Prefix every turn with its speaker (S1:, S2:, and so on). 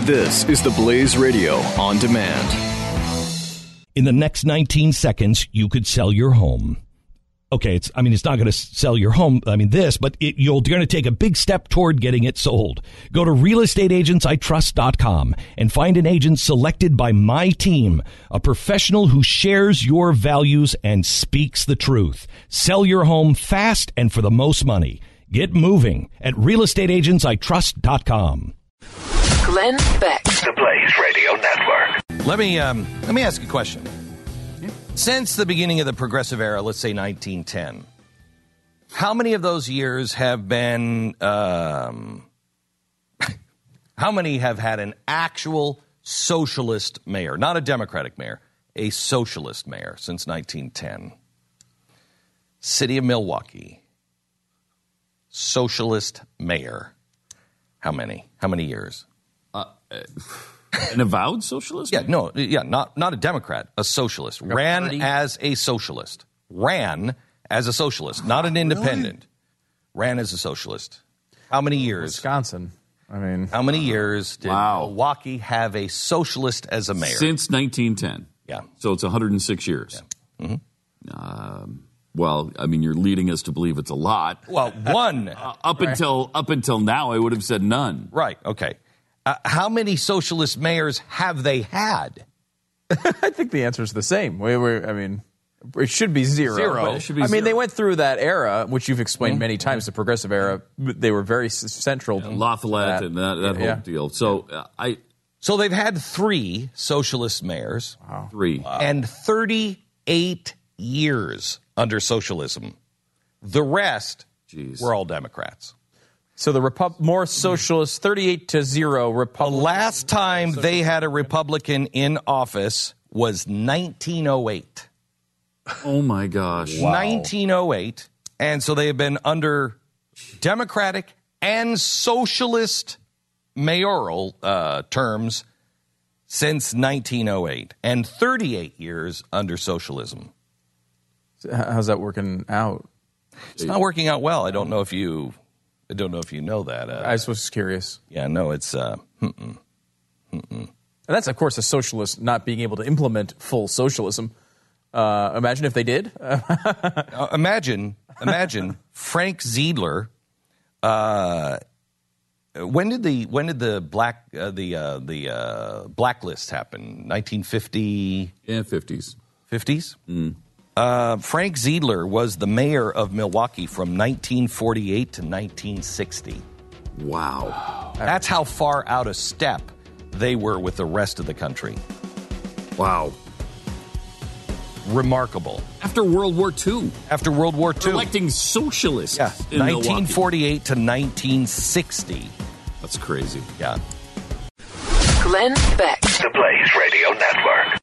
S1: This is the Blaze Radio on demand.
S2: in the next 19 seconds you could sell your home okay it's i mean it's not going to sell your home i mean this but it, you're going to take a big step toward getting it sold go to realestateagentsitrust.com and find an agent selected by my team a professional who shares your values and speaks the truth sell your home fast and for the most money get moving at realestateagentsitrust.com
S3: Glenn Beck.
S4: The Blaze Radio Network.
S2: Let me um, let me ask a question. Since the beginning of the progressive era, let's say 1910, how many of those years have been? Um, how many have had an actual socialist mayor, not a Democratic mayor, a socialist mayor since 1910? City of Milwaukee, socialist mayor. How many? How many years?
S5: Uh, An avowed socialist?
S2: Yeah, no, yeah, not not a Democrat, a socialist. ran
S5: party?
S2: as a socialist. Ran as a socialist, not an independent. Ran as a socialist. How many years?
S6: Wisconsin. I mean,
S2: How many years did
S5: Wow.
S2: Milwaukee have a socialist as a mayor?
S5: Since 1910.
S2: Yeah.
S5: So it's 106 years. Um, well, I mean, you're leading us to believe it's a lot.
S2: well, one.
S5: Up until up until now, I would have said none.
S2: right. Okay. Uh, how many socialist mayors have they had?
S6: I think the answer is the same. We were, I mean, it should be zero.
S5: Zero. But it should be
S6: I mean,
S5: zero. Mm-hmm.
S6: they went through that era, which you've explained many times, the progressive era. but They were very s- central. to
S5: Lafayette and that, that whole
S6: Yeah.
S5: deal. So uh, I
S2: So they've had three socialist mayors
S5: three.
S2: and 38 years under socialism. The rest
S5: Jeez.
S2: were all Democrats.
S6: So the Repub- more socialist, 38 to zero
S2: The
S6: Republican.
S2: last time they had a Republican in office was 1908.
S5: Oh my gosh.
S2: 1908. And so they have been under Democratic and Socialist mayoral uh, terms since 1908 and 38 years under socialism.
S6: How's that working out?
S2: It's not working out well. I don't know if you I don't know if you know that. Uh,
S6: I was just curious.
S2: yeah, no, it's uh,
S6: And that's, of course, a socialist not being able to implement full socialism. Uh, imagine if they did. Uh,
S2: Uh, imagine, imagine Frank Ziedler. Uh, when did the when did the black uh, the uh, the uh, blacklist happen? 1950
S5: Yeah, 50s.
S2: 50s. Uh, Frank Ziedler was the mayor of Milwaukee from 1948 to 1960.
S5: Wow.
S2: That's how far out of step they were with the rest of the country.
S5: Wow.
S2: Remarkable.
S5: After World War II,
S2: After World War II,
S5: electing socialists.
S2: yeah,
S5: in Milwaukee.
S2: 1948 to 1960.
S5: That's crazy.
S2: Yeah.
S3: Glenn Beck.
S4: The Blaze Radio Network.